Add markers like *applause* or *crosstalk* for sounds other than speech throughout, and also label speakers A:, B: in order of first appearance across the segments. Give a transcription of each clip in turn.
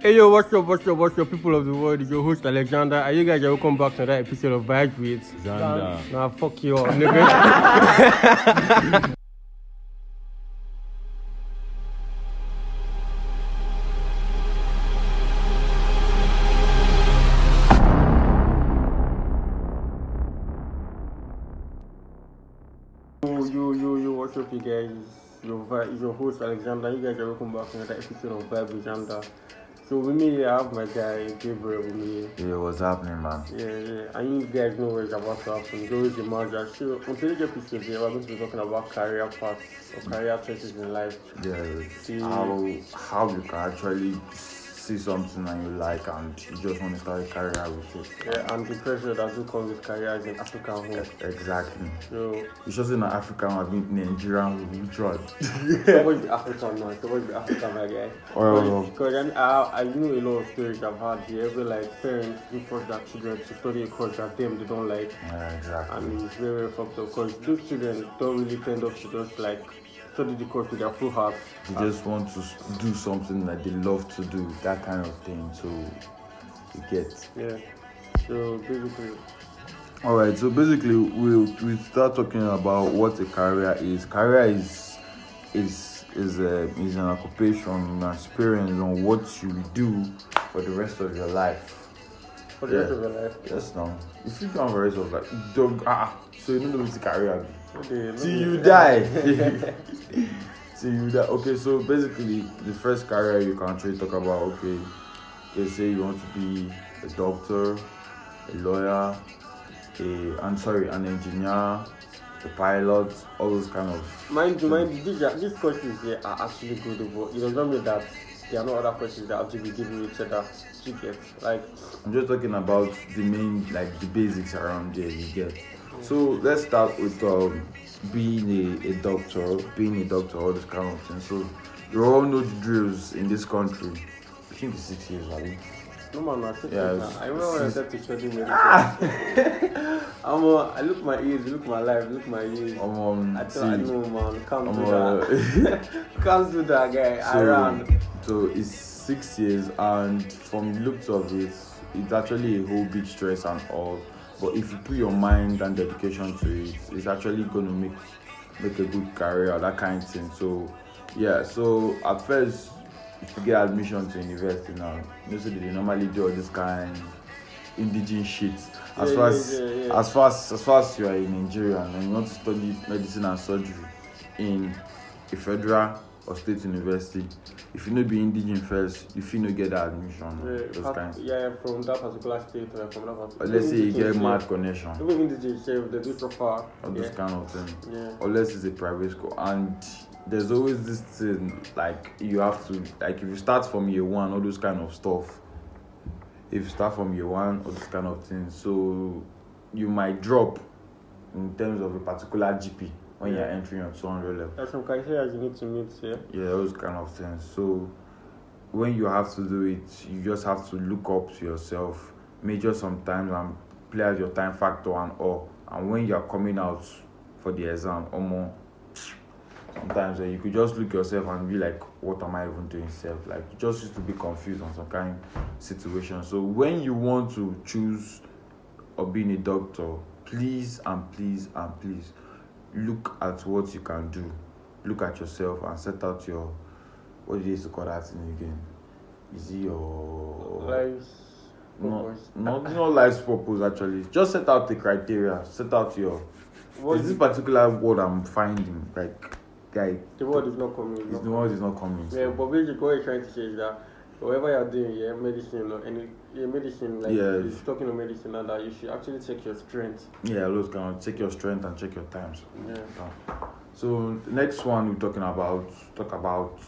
A: Hey yo, what's up, what's up, what's up, people of the world? It's your host Alexander, and you guys are welcome back to another episode of Vibes with.
B: Zanda.
A: Nah, fuck you all, nigga. *laughs* yo, yo, yo, yo, what's up, you guys? It's Your, vi- it's your host Alexander, you guys are welcome back to another episode of Vibes with Zanda. So with me, I have my guy Gabriel with me.
B: Yeah, what's happening, man?
A: Yeah, yeah, and you guys know where it's about to happen. It's always a merger. So, on today's episode, today, we're going to be talking about career paths or career choices in life.
B: Yeah,
A: See-
B: how how you can actually see something and you like and you just want to start a career with it.
A: Yeah, and the pressure that do come with careers in African home.
B: Exactly.
A: So,
B: It's just in Africa, I've been Nigerian with Detroit.
A: always be African now. It's always be African, my guy.
B: Well-
A: Because I, I, I know a lot of stories I've had here where, like, parents do force their children to study a course that them they don't like.
B: Yeah, exactly.
A: And it's very, very fucked up because those children don't really tend up to just, like, study the course with their full heart.
B: They just want to s- do something that they love to do, that kind of thing. So you get.
A: Yeah. So, basically...
B: All right. So basically, we we start talking about what a career is. Career is is is a is an occupation, an experience on what you do for the rest of your life.
A: For the rest of your life.
B: Yes, now if you can't have a rest of like dog ah, so you don't know what a career be.
A: Okay, let
B: till
A: me- *laughs*
B: you die. *laughs* till you die. Okay, so basically, the first career you can actually talk about. Okay, they say you want to be a doctor, a lawyer, a I'm sorry, an engineer, a pilot, all those kind of.
A: Mind you, mind you, these, are, these courses here are actually good, but it does not mean that there are no other courses that actually be giving each other tickets. Like,
B: I'm just talking about the main, like the basics around there you get. So let's start with um, being a, a doctor, being a doctor, all this kind of thing. So you all know the drills in this country. I think it's six years, I think.
A: no man, I said
B: Yeah,
A: that
B: it's-
A: now. I remember when I
B: it's-
A: said to study medicine. I'm
B: *laughs*
A: a, I look my age, look my life, look my age.
B: Um, um,
A: I thought,
B: see,
A: I know, man, can't
B: I'm
A: do
B: a-
A: *laughs* that. can't do that, guy. I
B: so,
A: ran.
B: *laughs* so it's six years, and from the looks of it, it's actually a whole big stress and all. But if you put your mind and dedication to it, it's actually going to make make a good career, that kind of thing. So, yeah. So at first, if you get admission to university now, you see they normally do all this kind indigenous shit. As
A: Yeah,
B: far
A: yeah,
B: as
A: yeah, yeah.
B: as far as as far as you are in Nigeria and you want to study medicine and surgery in a federal or state university, if you no be indigenous first, you fit no get that admission.
A: Yeah,
B: those kinds.
A: part- yeah, from that particular state, like, from that
B: Or
A: particular
B: let's say you get
A: Even
B: mad connection,
A: DJ, Even in the shape, they do so far.
B: all
A: Yeah,
B: those kind of thing.
A: yeah.
B: Unless it's a private school, and there's always this thing like you have to like if you start from year one, all those kind of stuff. If you start from year one, all those kind of things, so you might drop in terms of a particular GP when you're
A: Yeah.
B: entering your 200 level.
A: There's some criteria you need to meet, yeah.
B: Yeah, those kind of things. So when you have to do it, you just have to look up to yourself, major sometimes and play out your time factor and all. And when you are coming out for the exam or more sometimes eh, you could just look yourself and be like, What am I even doing self? Like you just used to be confused on some kind of situation. So when you want to choose or being a doctor, please and please and please look at what you can do. Look at yourself and set out your what do you used to call that thing again? Is it your
A: Lives.
B: no,
A: purpose.
B: no, Non, no life's purpose actually. Just set out the criteria. Set out your.
A: What
B: is
A: is
B: this particular word I'm finding like, guy?
A: The word is not coming.
B: Is
A: no.
B: the word is not coming.
A: Yeah, but basically what you're trying to say is that whatever you're doing, yeah, medicine or any yeah, medicine, like
B: Yeah.
A: you're talking to medicine and that you should actually check your strength.
B: yeah, those kind of check your strength and check your times.
A: Yeah.
B: So the next one we're talking about, talk about.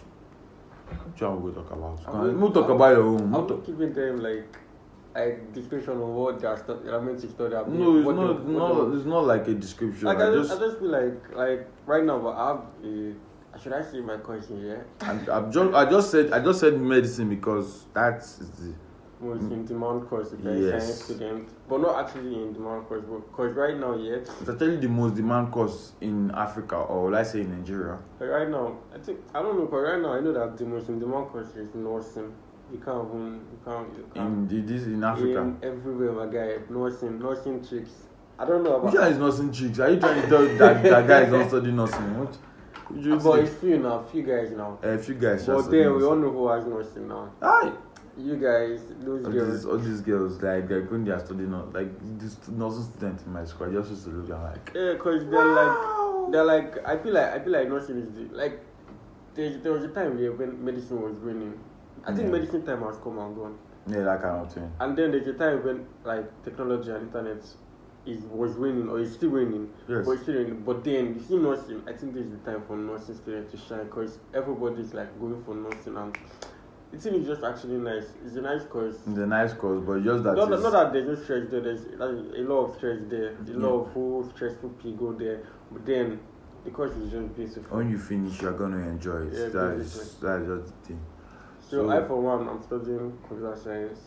B: Which one we talk about?
A: I will-
B: We'll talk about your
A: I'm
B: own. We'll
A: not
B: talk-
A: giving them like a description of what they're, stu- they're meant to study. about,
B: No, it's
A: what
B: not.
A: they- what
B: No,
A: they-
B: it's not like a description.
A: Like,
B: I
A: I, just,
B: just,
A: I just feel like like right now but I have a should I say my question, yeah?
B: I, I've just, I just said, I just said medicine because that's the.
A: Most in demand course if you're a
B: Yes.
A: science student. But not actually in demand course, but because right now, yeah,
B: It's actually the most demand course in Africa, or let's say in Nigeria.
A: But right now, I think I don't know. But right now, I know that the most in demand course is nursing. You can't even, you can't, you can't.
B: in, in this in Africa.
A: In everywhere, my guy. Nursing, nursing tricks. I don't know about
B: Which one is nursing tricks? Are you trying to tell that that guy is not studying nursing? What? Would you
A: But
B: say?
A: it's few now, few guys now.
B: A few guys.
A: But then we all know who has nursing now.
B: Aye.
A: You guys, those
B: All
A: girls.
B: these, all these girls, like, they're going there studying, nurs- like, this nursing student in my school, I just used to look at like,
A: Yeah, cause they're like they're like I feel like I feel like nursing is the, like there, there was a time there when medicine was winning. I think
B: Yeah.
A: medicine time has come and gone.
B: yeah, that kind of thing.
A: And then there's a time when like technology and internet is was winning or is still winning.
B: Yes.
A: But it's still winning. But then you see nursing, I think this is the time for nursing students to shine because everybody's like going for nursing and the thing is just actually nice. It's a nice course.
B: It's a nice course, but just Mm, that
A: Not,
B: is-
A: not that there's no stress there, there's there's a lot of stress there, a lot of whole stressful people go there, but then the course is just beautiful.
B: when you finish, you're going to enjoy it.
A: Yeah,
B: that, is,
A: basically.
B: that is just the thing.
A: So, I, for one, I'm studying computer science.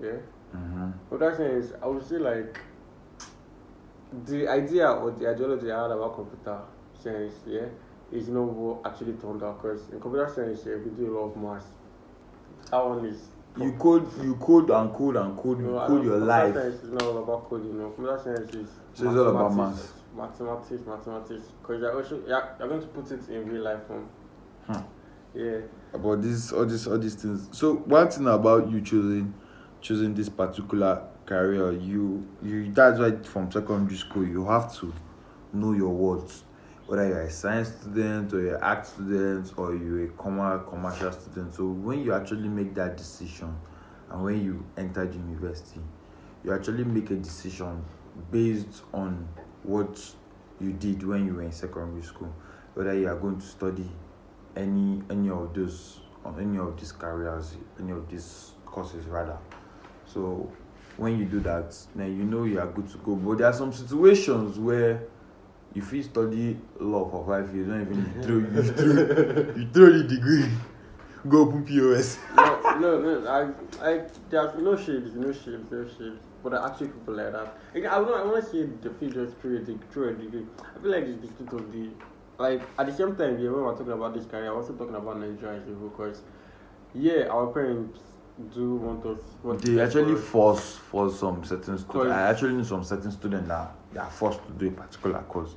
A: Yeah,
B: hmm
A: computer science, I would say, like, the idea or the ideology I had about computer science, yeah, is not what actually turned out because in computer science, yeah, we do a lot of math. That one is
B: You code, you code and code and code, you
A: No, I
B: code
A: don't-
B: your
A: computer
B: life.
A: Science is not all about coding, no. Computer science is.
B: So it's all about
A: mathematics, Mathematics, mathematics. Because you're, also- you're, you're going to put it in real life form.
B: Huh.
A: Yeah.
B: about this all this all these things so one thing about you choosing choosing this particular career you you that's why from secondary school you have to know your words whether you're a science student or you're an art student or you're a commercial commercial student so when you actually make that decision and when you enter the university you actually make a decision based on what you did when you were in secondary school whether you are going to study any any of those on any of these careers any of these courses rather so when you do that then you know you are good to go but there are some situations where you fit study law for five years don't even you throw you throw you throw the degree go open pos.
A: No, no, no. I, I, there's no shades, no shades, no shades. But there are actually people like that. Like, I want, I want to see the field just through a, de- through a degree. I feel like it's the state of the. Like, at the same time, yeah, when we're talking about this career, I'm also talking about Nigeria as a whole because, yeah, our parents do want us.
B: But
A: want
B: they
A: us
B: actually
A: for-
B: force force some certain
A: Course.
B: students i actually know some certain students that they are forced to do a particular course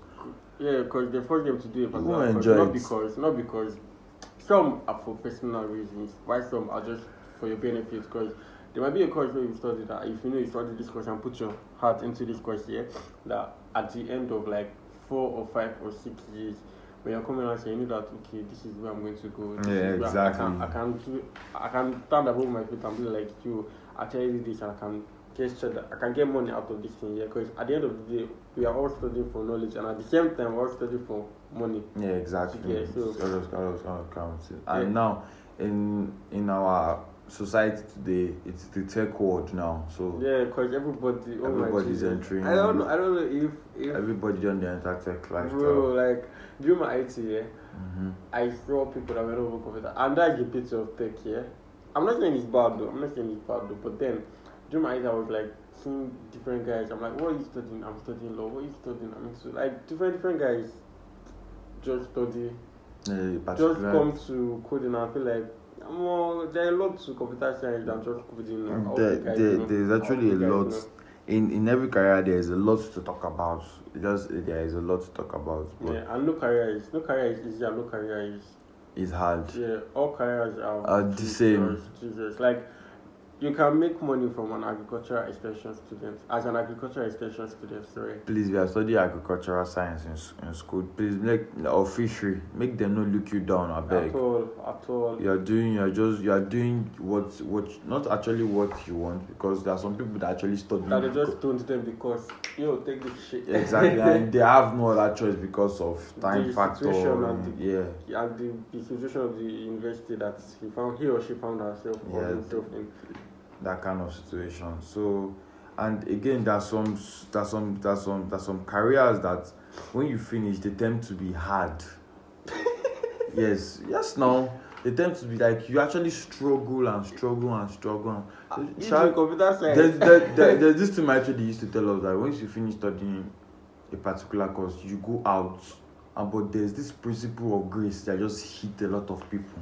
A: Yeah, because they force them to do it, but
B: Who
A: not, because,
B: enjoy
A: not
B: it?
A: because not because some are for personal reasons, while some are just for your benefit. Because there might be a course where you study that if you know you study this course and put your heart into this course here, that at the end of like four or five or six years. When you're coming out, saying, you know that okay, this is where I'm going to go. This
B: Yeah,
A: is where
B: exactly.
A: I can, I can do, I can stand above my feet and be like, you actually did this, and I can get sure that I can get money out of this thing here. Because at the end of the day, we are all studying for knowledge, and at the same time, we're all studying for money.
B: Yeah, exactly.
A: Yeah, so-
B: All those- all those- all those kind of things. And
A: Yeah.
B: now, in in our society today, it's the tech world now. So
A: Yeah, because everybody, oh my
B: Everybody's
A: Jesus.
B: entering.
A: I don't know. I don't know if if
B: everybody don't dey enter tech lifestyle.
A: bro, like during my IT, yeah,
B: Mhm.
A: I saw people that were over computer, and that's the picture of tech. Yeah, I'm not saying it's bad though. I'm not saying it's bad though. But then during my IT, I was like seeing different guys. I'm like, what are you studying? I'm studying law. What are you studying? I'm into like different different guys. Just study
B: Yeah,
A: just
B: particular-
A: come to coding and I feel like well, there are a lot to computer science than just coding. I hope
B: There,
A: you guys
B: there,
A: know.
B: there's
A: I hope
B: actually a
A: you guys
B: lot
A: know.
B: in in every career. There is a lot to talk about. Just uh, there is a lot to talk about, but
A: Yeah, and no career is no career is easy and no career is
B: it's hard.
A: yeah, all careers are
B: Are the same.
A: Jesus, Jesus. Like you can make money from an agricultural extension student as an agricultural extension student, sorry.
B: Please, we are studying agricultural science in, s- in school. Please make or fishery. Make them not look you down. I beg.
A: At all, at all.
B: you are doing you are just you are doing what what not actually what you want because there are some people that actually study
A: That they just don't them because yo take this shit.
B: exactly and they have no other choice because of time
A: The
B: factor
A: situation and
B: and
A: *laughs*
B: yeah
A: and the, the situation of the university that he found he or she found herself or
B: Yeah.
A: himself in.
B: that kind of situation so and again there are some s- there are some there are some there are some careers that when you finish they tend to be
A: *laughs*
B: hard yes yes now they tend to be like you actually struggle and struggle and struggle and
A: If
B: Uh, Sha-
A: you computer science,
B: there's, there, there, there's this thing my actually used to tell us that once you finish studying a particular course, you go out. And but there's this principle of grace that just hit a lot of people.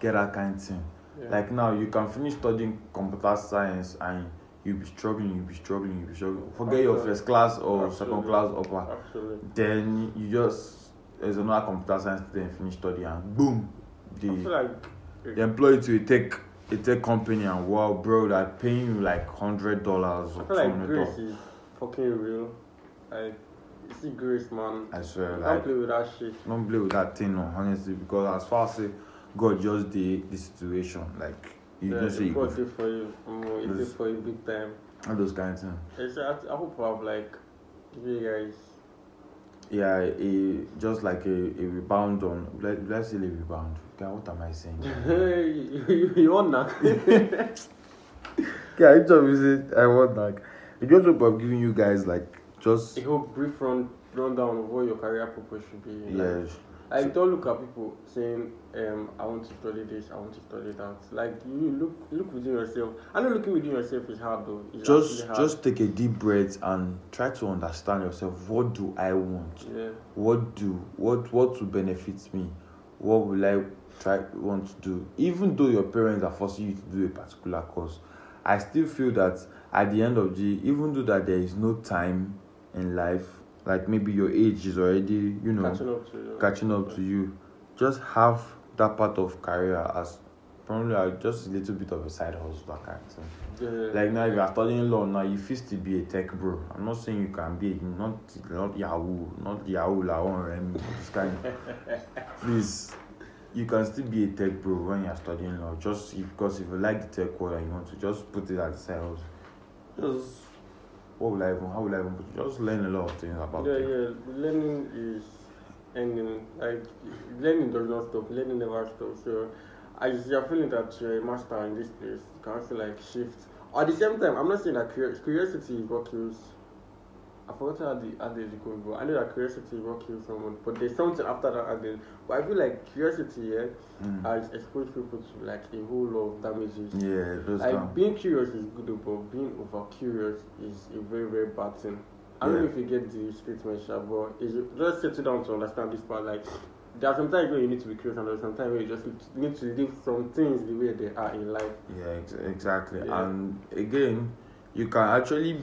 B: Get that kind of thing.
A: Yeah.
B: Like now, you can finish studying computer science and you be struggling, you be struggling, you be struggling. Forget your
A: Absolutely.
B: first class or second
A: Absolutely.
B: class upper.
A: Absolutely.
B: Then you just as another computer science student finish study and boom,
A: I feel
B: they
A: like
B: they employ you to a tech a tech company and wow, bro, they're paying you like hundred dollars or
A: I
B: two
A: feel like
B: hundred
A: grace
B: dollars.
A: is fucking real. Like you see grace man.
B: I swear,
A: You
B: like
A: can't play with that shit.
B: don't play with that thing, no, honestly, because as far as say, God just did the situation, like you
A: Yeah,
B: just say you
A: God
B: go
A: did for you. Mm, he did
B: This-
A: for you big time.
B: all those kind of things.
A: Hey, so I, I hope I have like give you guys *laughs*
B: Yeah, a, just like a, a rebound on let, let's say a rebound. Okay, what am I *laughs* saying?
A: you, *laughs* you, you want knock.
B: *laughs* yeah, it's obviously I want like I just hope I've given you guys like
A: *laughs*
B: just
A: I hope brief run rundown of what your career purpose should be. you know?
B: yeah.
A: Like don't look at people saying, um, I want to study this, I want to study that. Like you look look within yourself. I know looking within yourself is hard though. It's
B: Just
A: actually hard.
B: just take a deep breath and try to understand yourself. What do I want?
A: yeah.
B: What do what what will benefit me? What will I try want to do? Even though your parents are forcing you to do a particular course, I still feel that at the end of the even though that there is no time in life, like maybe your age is already, you know,
A: Catching up to you.
B: catching up to you. Just have that part of career as probably like just a little bit of a side hustle that kind of thing.
A: Yeah.
B: Like now, if you are studying law now, you fit still be a tech bro. I'm not saying you can be not not Yahoo, not Yahoo la one Remy, this kind.
A: *laughs*
B: Please, you can still be a tech bro when you are studying law. Just if, because if you like the tech world and you want to, just put it at the side. also. Just what will I even? How will I even? Put it? Just learn a lot of things about
A: yeah,
B: it.
A: yeah. Learning is ending. Like learning does not stop. Learning never stops. So as you're feeling that you're a master in this place, you can also like shift. At the same time, I'm not saying that curi- curiosity is what kills. I forgot how the how the could go. I know that curiosity is what kills someone, but there's something after that again. But I feel like curiosity, yeah,
B: Mm.
A: has exposed people to like a whole lot of damages.
B: Yeah, those kind.
A: Like being curious is good, though, but being over curious is a very, very bad thing. I don't know
B: Yeah.
A: if you get the statement, Sha, but it's just settle down to understand this part. Like, there are sometimes where you need to be curious, and there are sometimes where you just need to leave some things the way they are in life.
B: Yeah, ex- exactly.
A: Yeah.
B: And again, you can actually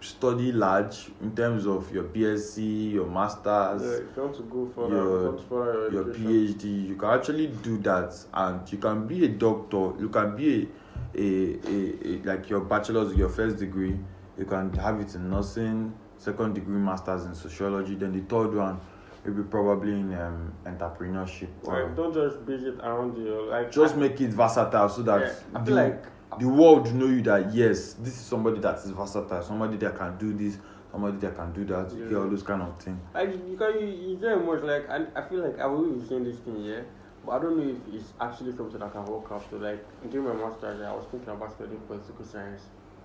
B: study large in terms of your BSc, your
A: Yeah,
B: masters,
A: if you want to go further,
B: your-
A: if you want to further
B: your
A: education.
B: PhD. You can actually do that, and you can be a doctor. You can be a, a, a, a like your bachelor's, your first degree. You can have it in nursing, second degree masters in sociology. Then the third one, will be probably in um, entrepreneurship. Or
A: Like, don't just base it around you. Like,
B: just
A: I,
B: make it versatile so that
A: yeah, I
B: the-
A: feel like
B: the world know you that yes, this is somebody that is versatile, somebody that can do this, somebody that can do that, you
A: Yeah.
B: get all those kind of things.
A: Like you can you, you very much like and I feel like I will be saying this thing yeah, but I don't know if it's actually something I can work after. Like during my master's, I was thinking about studying political science.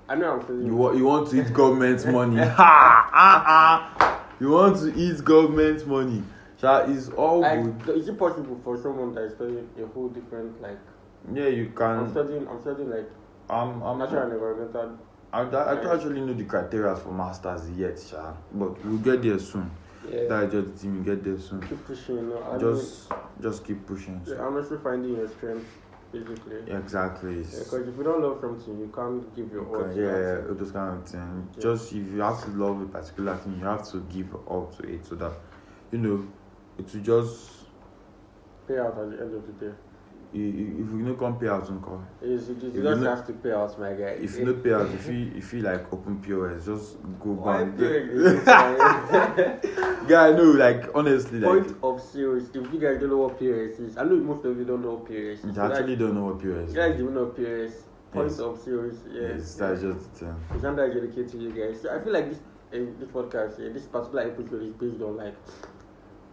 A: I know I'm studying.
B: You want you want to eat government money. ha ah, ah. You want to eat government money. Sha is all good.
A: Like, th- is it possible for someone that is studying a whole different like?
B: Yeah, you
A: I'm
B: can.
A: studying. I'm studying like
B: I'm I'm
A: natural and environmental.
B: I, I don't actually know the criteria for masters yet, Sha. But we'll get there soon.
A: Yeah.
B: That's just the thing. You get there soon.
A: Keep pushing. You know, I
B: Just just keep pushing.
A: mean, yeah, honestly finding your strength, basically. Yeah.
B: Exactly.
A: Because if you don't love something, you can't give your all.
B: Okay,
A: to that
B: yeah,
A: thing.
B: all those kind of things.
A: Yeah.
B: Just if you have to love a particular thing, you have to give up to it so that you know it will just
A: Pay out at the end of the day.
B: i- i- if you no come pay out uncle.
A: It's, you just
B: If you
A: you just
B: know-
A: have to pay out, my guy.
B: If you no pay out, if you if you like open POS, just go
A: Why
B: back.
A: doing this,
B: *laughs*
A: man?
B: Guy, no, like honestly, like
A: Point of series. If you guys don't know what PRS is, I know most of you don't know what PRS
B: you
A: is.
B: actually don't know what POS.
A: you
B: is.
A: guys even know PRS. Point
B: Yes.
A: of series.
B: Yes,
A: Yes.
B: that's just the thing.
A: It's under educated to you guys. So I feel like this eh, this podcast, eh, this particular episode is based on like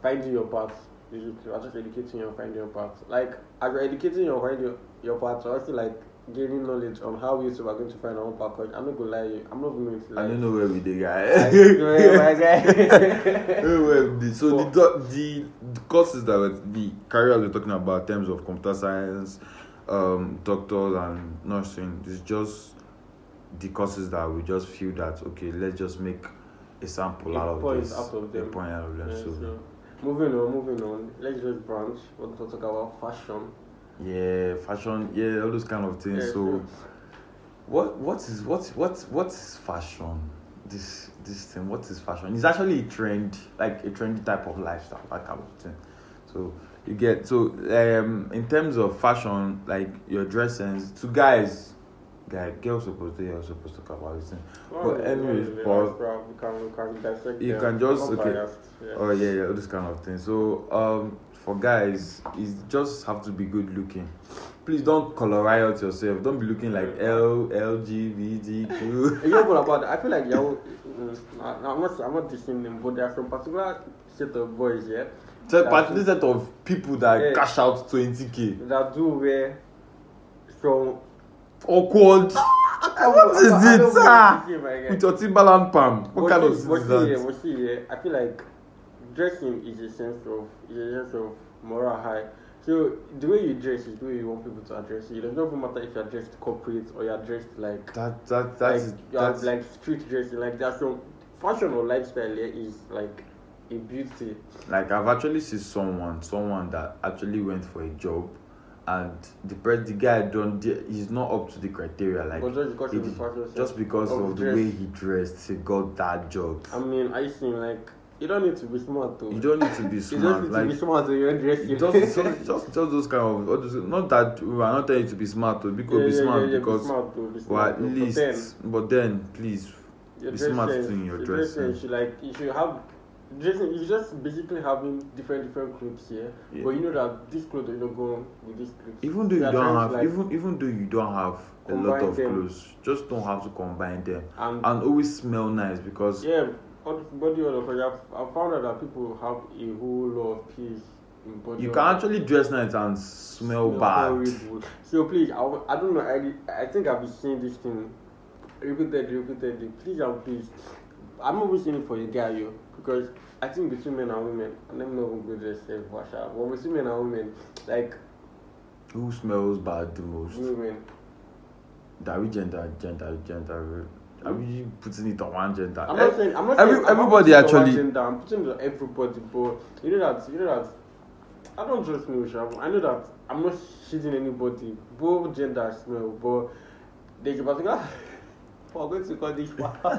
A: finding your path. Basically, or just educating you on finding your path. Like as you're educating you on finding your, your path, you're also like gaining knowledge on how you two are going to find our own path. 'Cause I'm not gonna lie, to you, I'm not going to lie.
B: I don't know where we the guy. *laughs*
A: I swear, my guy. *laughs*
B: Anyway, the- so the, do- the the courses that were, the careers we're talking about in terms of computer science, um, doctors and nursing, it's just the courses that we just feel that okay, let's just make a sample
A: A
B: out of
A: point
B: this,
A: out of
B: a
A: them.
B: point out of them.
A: Yeah,
B: so,
A: so moving on, moving on. Let's just branch. We want to talk about fashion.
B: yeah, fashion, yeah, all those kind of things.
A: Yeah,
B: so,
A: sure.
B: what what is what what what is fashion? This this thing, what is fashion? It's actually a trend, like a trendy type of lifestyle, that kind of thing. So you get so um in terms of fashion, like your dress sense to guys, like girls supposed to you're supposed to talk about this thing. But anyways, but-
A: we can, we can dissect
B: You
A: them.
B: can just-
A: Not
B: okay.
A: biased, yeah.
B: Oh yeah, yeah, all this kind of thing. So um, for guys, you just have to be good looking. Please don't color out yourself. Don't be looking like L L G B D Q. *laughs*
A: You know what about I feel like y'all. mm, I- I'm not. I'm not dissing them, but there are some particular set of boys here
B: So particular set of people that
A: Yeah.
B: cash out twenty k.
A: that do wear some.
B: Awkward
A: What
B: is it, ah? with
A: What
B: your Timberland palm. What kind of thing
A: What
B: is
A: see, yeah,
B: that?
A: what see, yeah, I feel like dressing is a sense of is a sense of moral high. So the way you dress is the way you want people to address you. It doesn't even matter if you're dressed corporate or you're dressed like
B: That that that is
A: like, you have,
B: that's
A: like street dressing. Like that's some fashion or lifestyle here is like a beauty.
B: like I've actually seen someone someone that actually went for a job, and the pres the guy don't he's not up to the criteria like.
A: but just because
B: He
A: of the
B: did-
A: fashion sense
B: just because of, the
A: dress.
B: way he dressed, he got that job.
A: I mean, I think like you don't need to be smart though.
B: You don't need to be
A: You just
B: smart.
A: need
B: like
A: to be smart when you're dressing.
B: it just, it's just, just just those kind of all those, not that we are not telling you to be smart, though.
A: *laughs*
B: Because be smart because
A: be smart though. Be smart
B: well, at
A: though. But
B: least.
A: then,
B: but then, please,
A: your
B: Be
A: dress
B: smart
A: sense-
B: too in your dress
A: dress
B: sense.
A: sense, you like you should have dressing you just basically having different different clothes here.
B: Yeah.
A: But you know that this clothes you don't go with this clothes.
B: even though
A: There
B: you
A: are
B: don't
A: times,
B: have,
A: like,
B: even even though you don't have a lot
A: Combine
B: of
A: them.
B: clothes, just don't have to combine them
A: and
B: and always smell nice because
A: Yeah, all the body odor. Because I've, I've found out that people have a whole lot of peace in body.
B: you
A: odor.
B: can actually dress nice and smell, bad.
A: horrible. So please, I, wa- I don't know. I, I think I've been seeing this thing repeatedly, repeatedly. Please and please, I'm always seeing it for a guy, yo, because I think between men and women, and them not even good themselves, wash out. But between men and women, like
B: Who smells bad the most?
A: women,
B: That we gender, gender, gender. Are we putting it on one gender?
A: I'm
B: Eh,
A: not saying. I'm not
B: every-
A: saying, I'm not
B: everybody
A: putting it on
B: actually-
A: one gender, I'm putting it on everybody, but you know that. You know that. I don't just know, Sha. I know that I'm not shitting anybody. Both genders smell, but there's a particular. We're going to call this one. *laughs*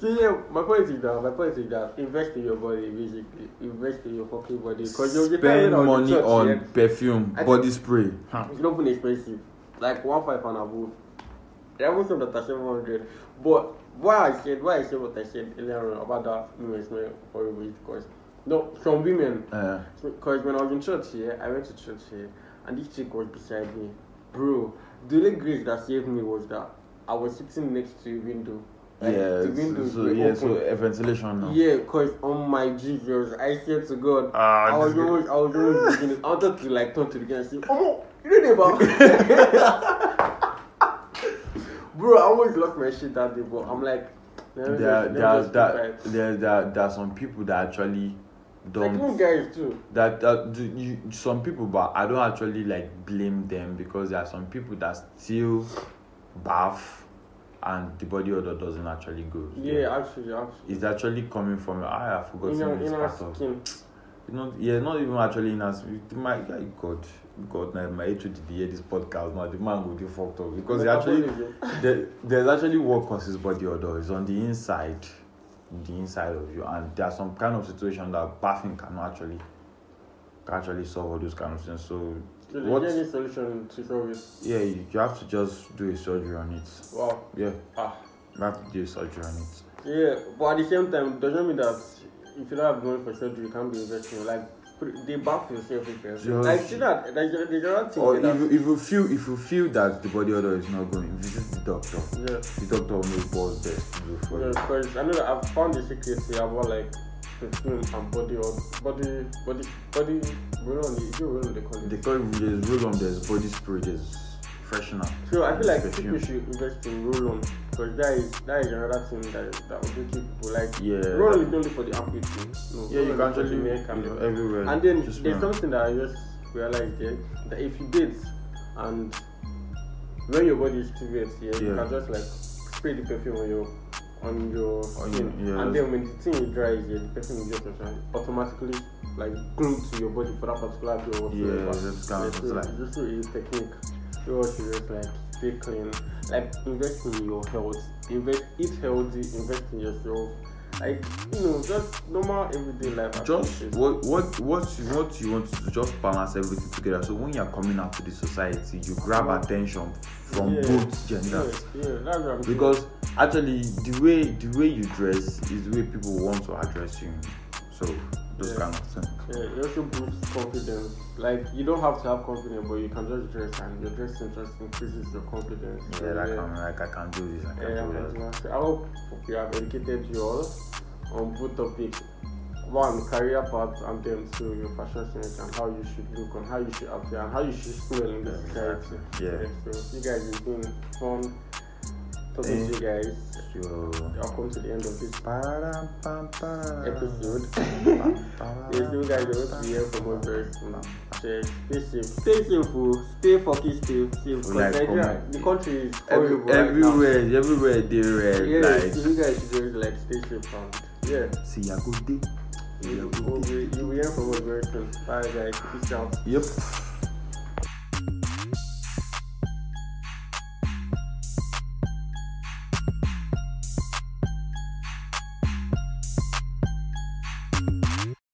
A: See, yeah, my point is that my point is that invest in your body, basically invest in your fucking body, because you'll be
B: spend
A: tired of the
B: money
A: church,
B: on
A: yeah.
B: perfume,
A: I
B: body spray.
A: It's not even expensive. Like one five and above. There was some that are seven hundred. But why I said why I said what I said earlier on about that women smell horrible is because no some women
B: Uh,
A: because when I was in church here, I went to church here and this chick was beside me. Bro, the only grace that saved me was that I was sitting next to a window. Like,
B: yeah,
A: Eh, the windows
B: so,
A: were
B: yeah,
A: open.
B: so uh, ventilation now.
A: Yeah, cause on my Jesus, I said to God,
B: Ah,
A: I was
B: this guy.
A: almost, I was almost beginning. I wanted to like turn to the guy and say, "Omo, you know about?" *laughs* Bro, I almost lost my shit that day, but I'm like, let me
B: There, are-
A: just- let me
B: there, are-
A: just
B: there,
A: keep
B: there, there, there are some people that actually
A: quiet. Like
B: don't.
A: you guys too.
B: That, that do you, some people, but I don't actually like blame them because there are some people that still bath and the body odor doesn't actually go. So
A: Yeah, actually, actually.
B: It's actually coming from your eye. I've
A: In
B: forgotten
A: our,
B: this
A: in our
B: part of
A: skin.
B: Not, yeah, not even actually in us. It- My like God, God, now my hatred did hear this podcast. Now the man go do fucked up because he actually
A: Metabolism.
B: there, there's actually what causes body odor. It's on the inside, the inside of you, and there's some kind of situation that bathing can actually can actually solve all those kind of things. So
A: So
B: What-
A: there's any solution to solve it?
B: yeah, you, you have to just do a surgery on it.
A: Wow.
B: Yeah,
A: Ah.
B: you have to do a surgery on it.
A: Yeah, but at the same time, it doesn't mean that if you don't have money for surgery, you can't be investing. Like, put- they bath yourself with yourself.
B: Just-
A: Like, see that? There's, there's another thing.
B: Or if
A: that,
B: you, if you feel if you feel that the body odor is not going, visit the doctor.
A: yeah,
B: The doctor will know what's best to do for you.
A: because I know that I've found the secret here about like perfume and body or body, body, body, roll on the, is it roll on the
B: They
A: college?
B: call it, there's roll on, there's body spray, there's freshener.
A: So I feel like
B: Perfume.
A: people should invest in roll on because that is that is another thing that that will make people like
B: Yeah.
A: roll on is only for the amplitude. No,
B: Yeah, you
A: roll-on is for the
B: can actually
A: main
B: you know,
A: camera.
B: everywhere.
A: And then
B: Just
A: there's
B: roll.
A: something that I just realized there that if you date and when your body is too wet, yeah, you
B: Yeah.
A: can just like spray the perfume on your on your
B: On
A: skin.
B: your-
A: and
B: yeah,
A: then
B: that's-
A: when the thing dries, yeah, the person will just automatic- automatically like glued to your body for that particular day or
B: Yeah,
A: whatsoever.
B: that's kind of-
A: Yeah,
B: it's
A: so
B: like-
A: this is a technique. You want to just like stay clean, like invest in your health, invest eat healthy, invest in yourself. Like you know, just normal everyday life.
B: just
A: activities.
B: what what what you, what you want to do, just balance everything together so when you're coming out to the society you grab attention from
A: Yeah. yeah,
B: both genders
A: yeah, that's what I'm saying.
B: because actually the way the way you dress is the way people want to address you so those
A: Yeah.
B: kind of things
A: Yeah, it also boosts confidence. Like you don't have to have confidence, but you can just dress, and your dressing just increases your confidence.
B: yeah,
A: So,
B: like I'm like I can do this I can
A: yeah, I
B: do
A: can do
B: that
A: that. I hope you have educated you all on both topics. One, career path, and then two, your fashion sense and how you should look, and how you should appear, and how you should smell in the
B: Yeah,
A: society.
B: exactly. Yeah.
A: So you guys, it's been fun talking to you guys.
B: so
A: I've come to the end of this
B: Episode.
A: episode. *laughs* Yes, you guys are going to hear from us very soon. Cheers. Stay safe. Stay safe, oh. Stay fucking safe. Safe. 'Cause
B: Like,
A: Nigeria-
B: comment.
A: the country is horrible
B: Every,
A: right now.
B: everywhere, everywhere they red.
A: Yeah,
B: like,
A: so you guys should just like stay safe and yeah.
B: see ya good day. See ya
A: You
B: good
A: will
B: day.
A: you will hear from us very soon. Bye guys. Peace out.
B: Yep.